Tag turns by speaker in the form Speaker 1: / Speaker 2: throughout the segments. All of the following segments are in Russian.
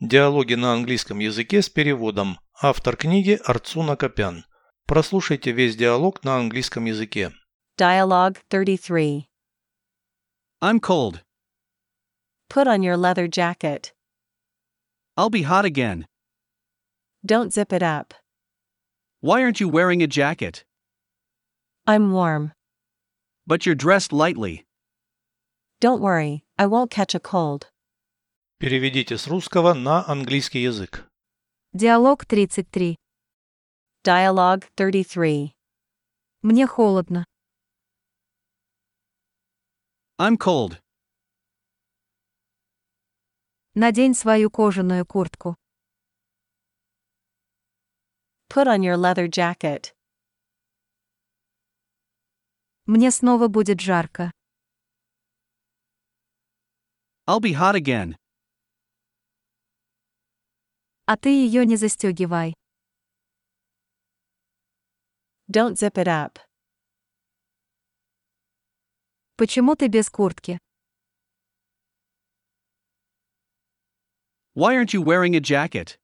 Speaker 1: Диалоги на английском языке с переводом. Автор книги Арцуна Копян. Прослушайте весь диалог на английском языке.
Speaker 2: Dialogue 33.
Speaker 3: I'm cold.
Speaker 2: Put on your leather jacket.
Speaker 3: I'll be hot again.
Speaker 2: Don't zip it up.
Speaker 3: Why aren't you wearing a jacket?
Speaker 2: I'm warm.
Speaker 3: But you're dressed lightly.
Speaker 2: Don't worry, I won't catch a cold.
Speaker 1: Переведите с русского на английский язык.
Speaker 4: Диалог 33.
Speaker 2: Dialogue 33.
Speaker 4: Мне холодно.
Speaker 3: I'm cold.
Speaker 4: Надень свою кожаную куртку.
Speaker 2: Put on your leather jacket.
Speaker 4: Мне снова будет жарко.
Speaker 3: I'll be hot again.
Speaker 4: А ты ее не застегивай.
Speaker 2: Don't zip it up.
Speaker 4: Почему ты без куртки?
Speaker 3: Why aren't you wearing a jacket?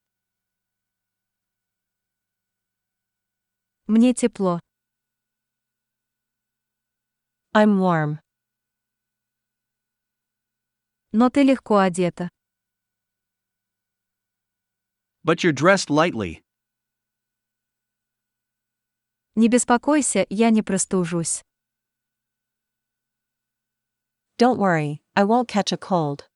Speaker 4: Мне тепло.
Speaker 2: I'm warm.
Speaker 4: Но ты легко одета.
Speaker 3: But you're dressed lightly.
Speaker 4: Не беспокойся, я не простужусь.
Speaker 2: Don't worry, I won't catch a cold.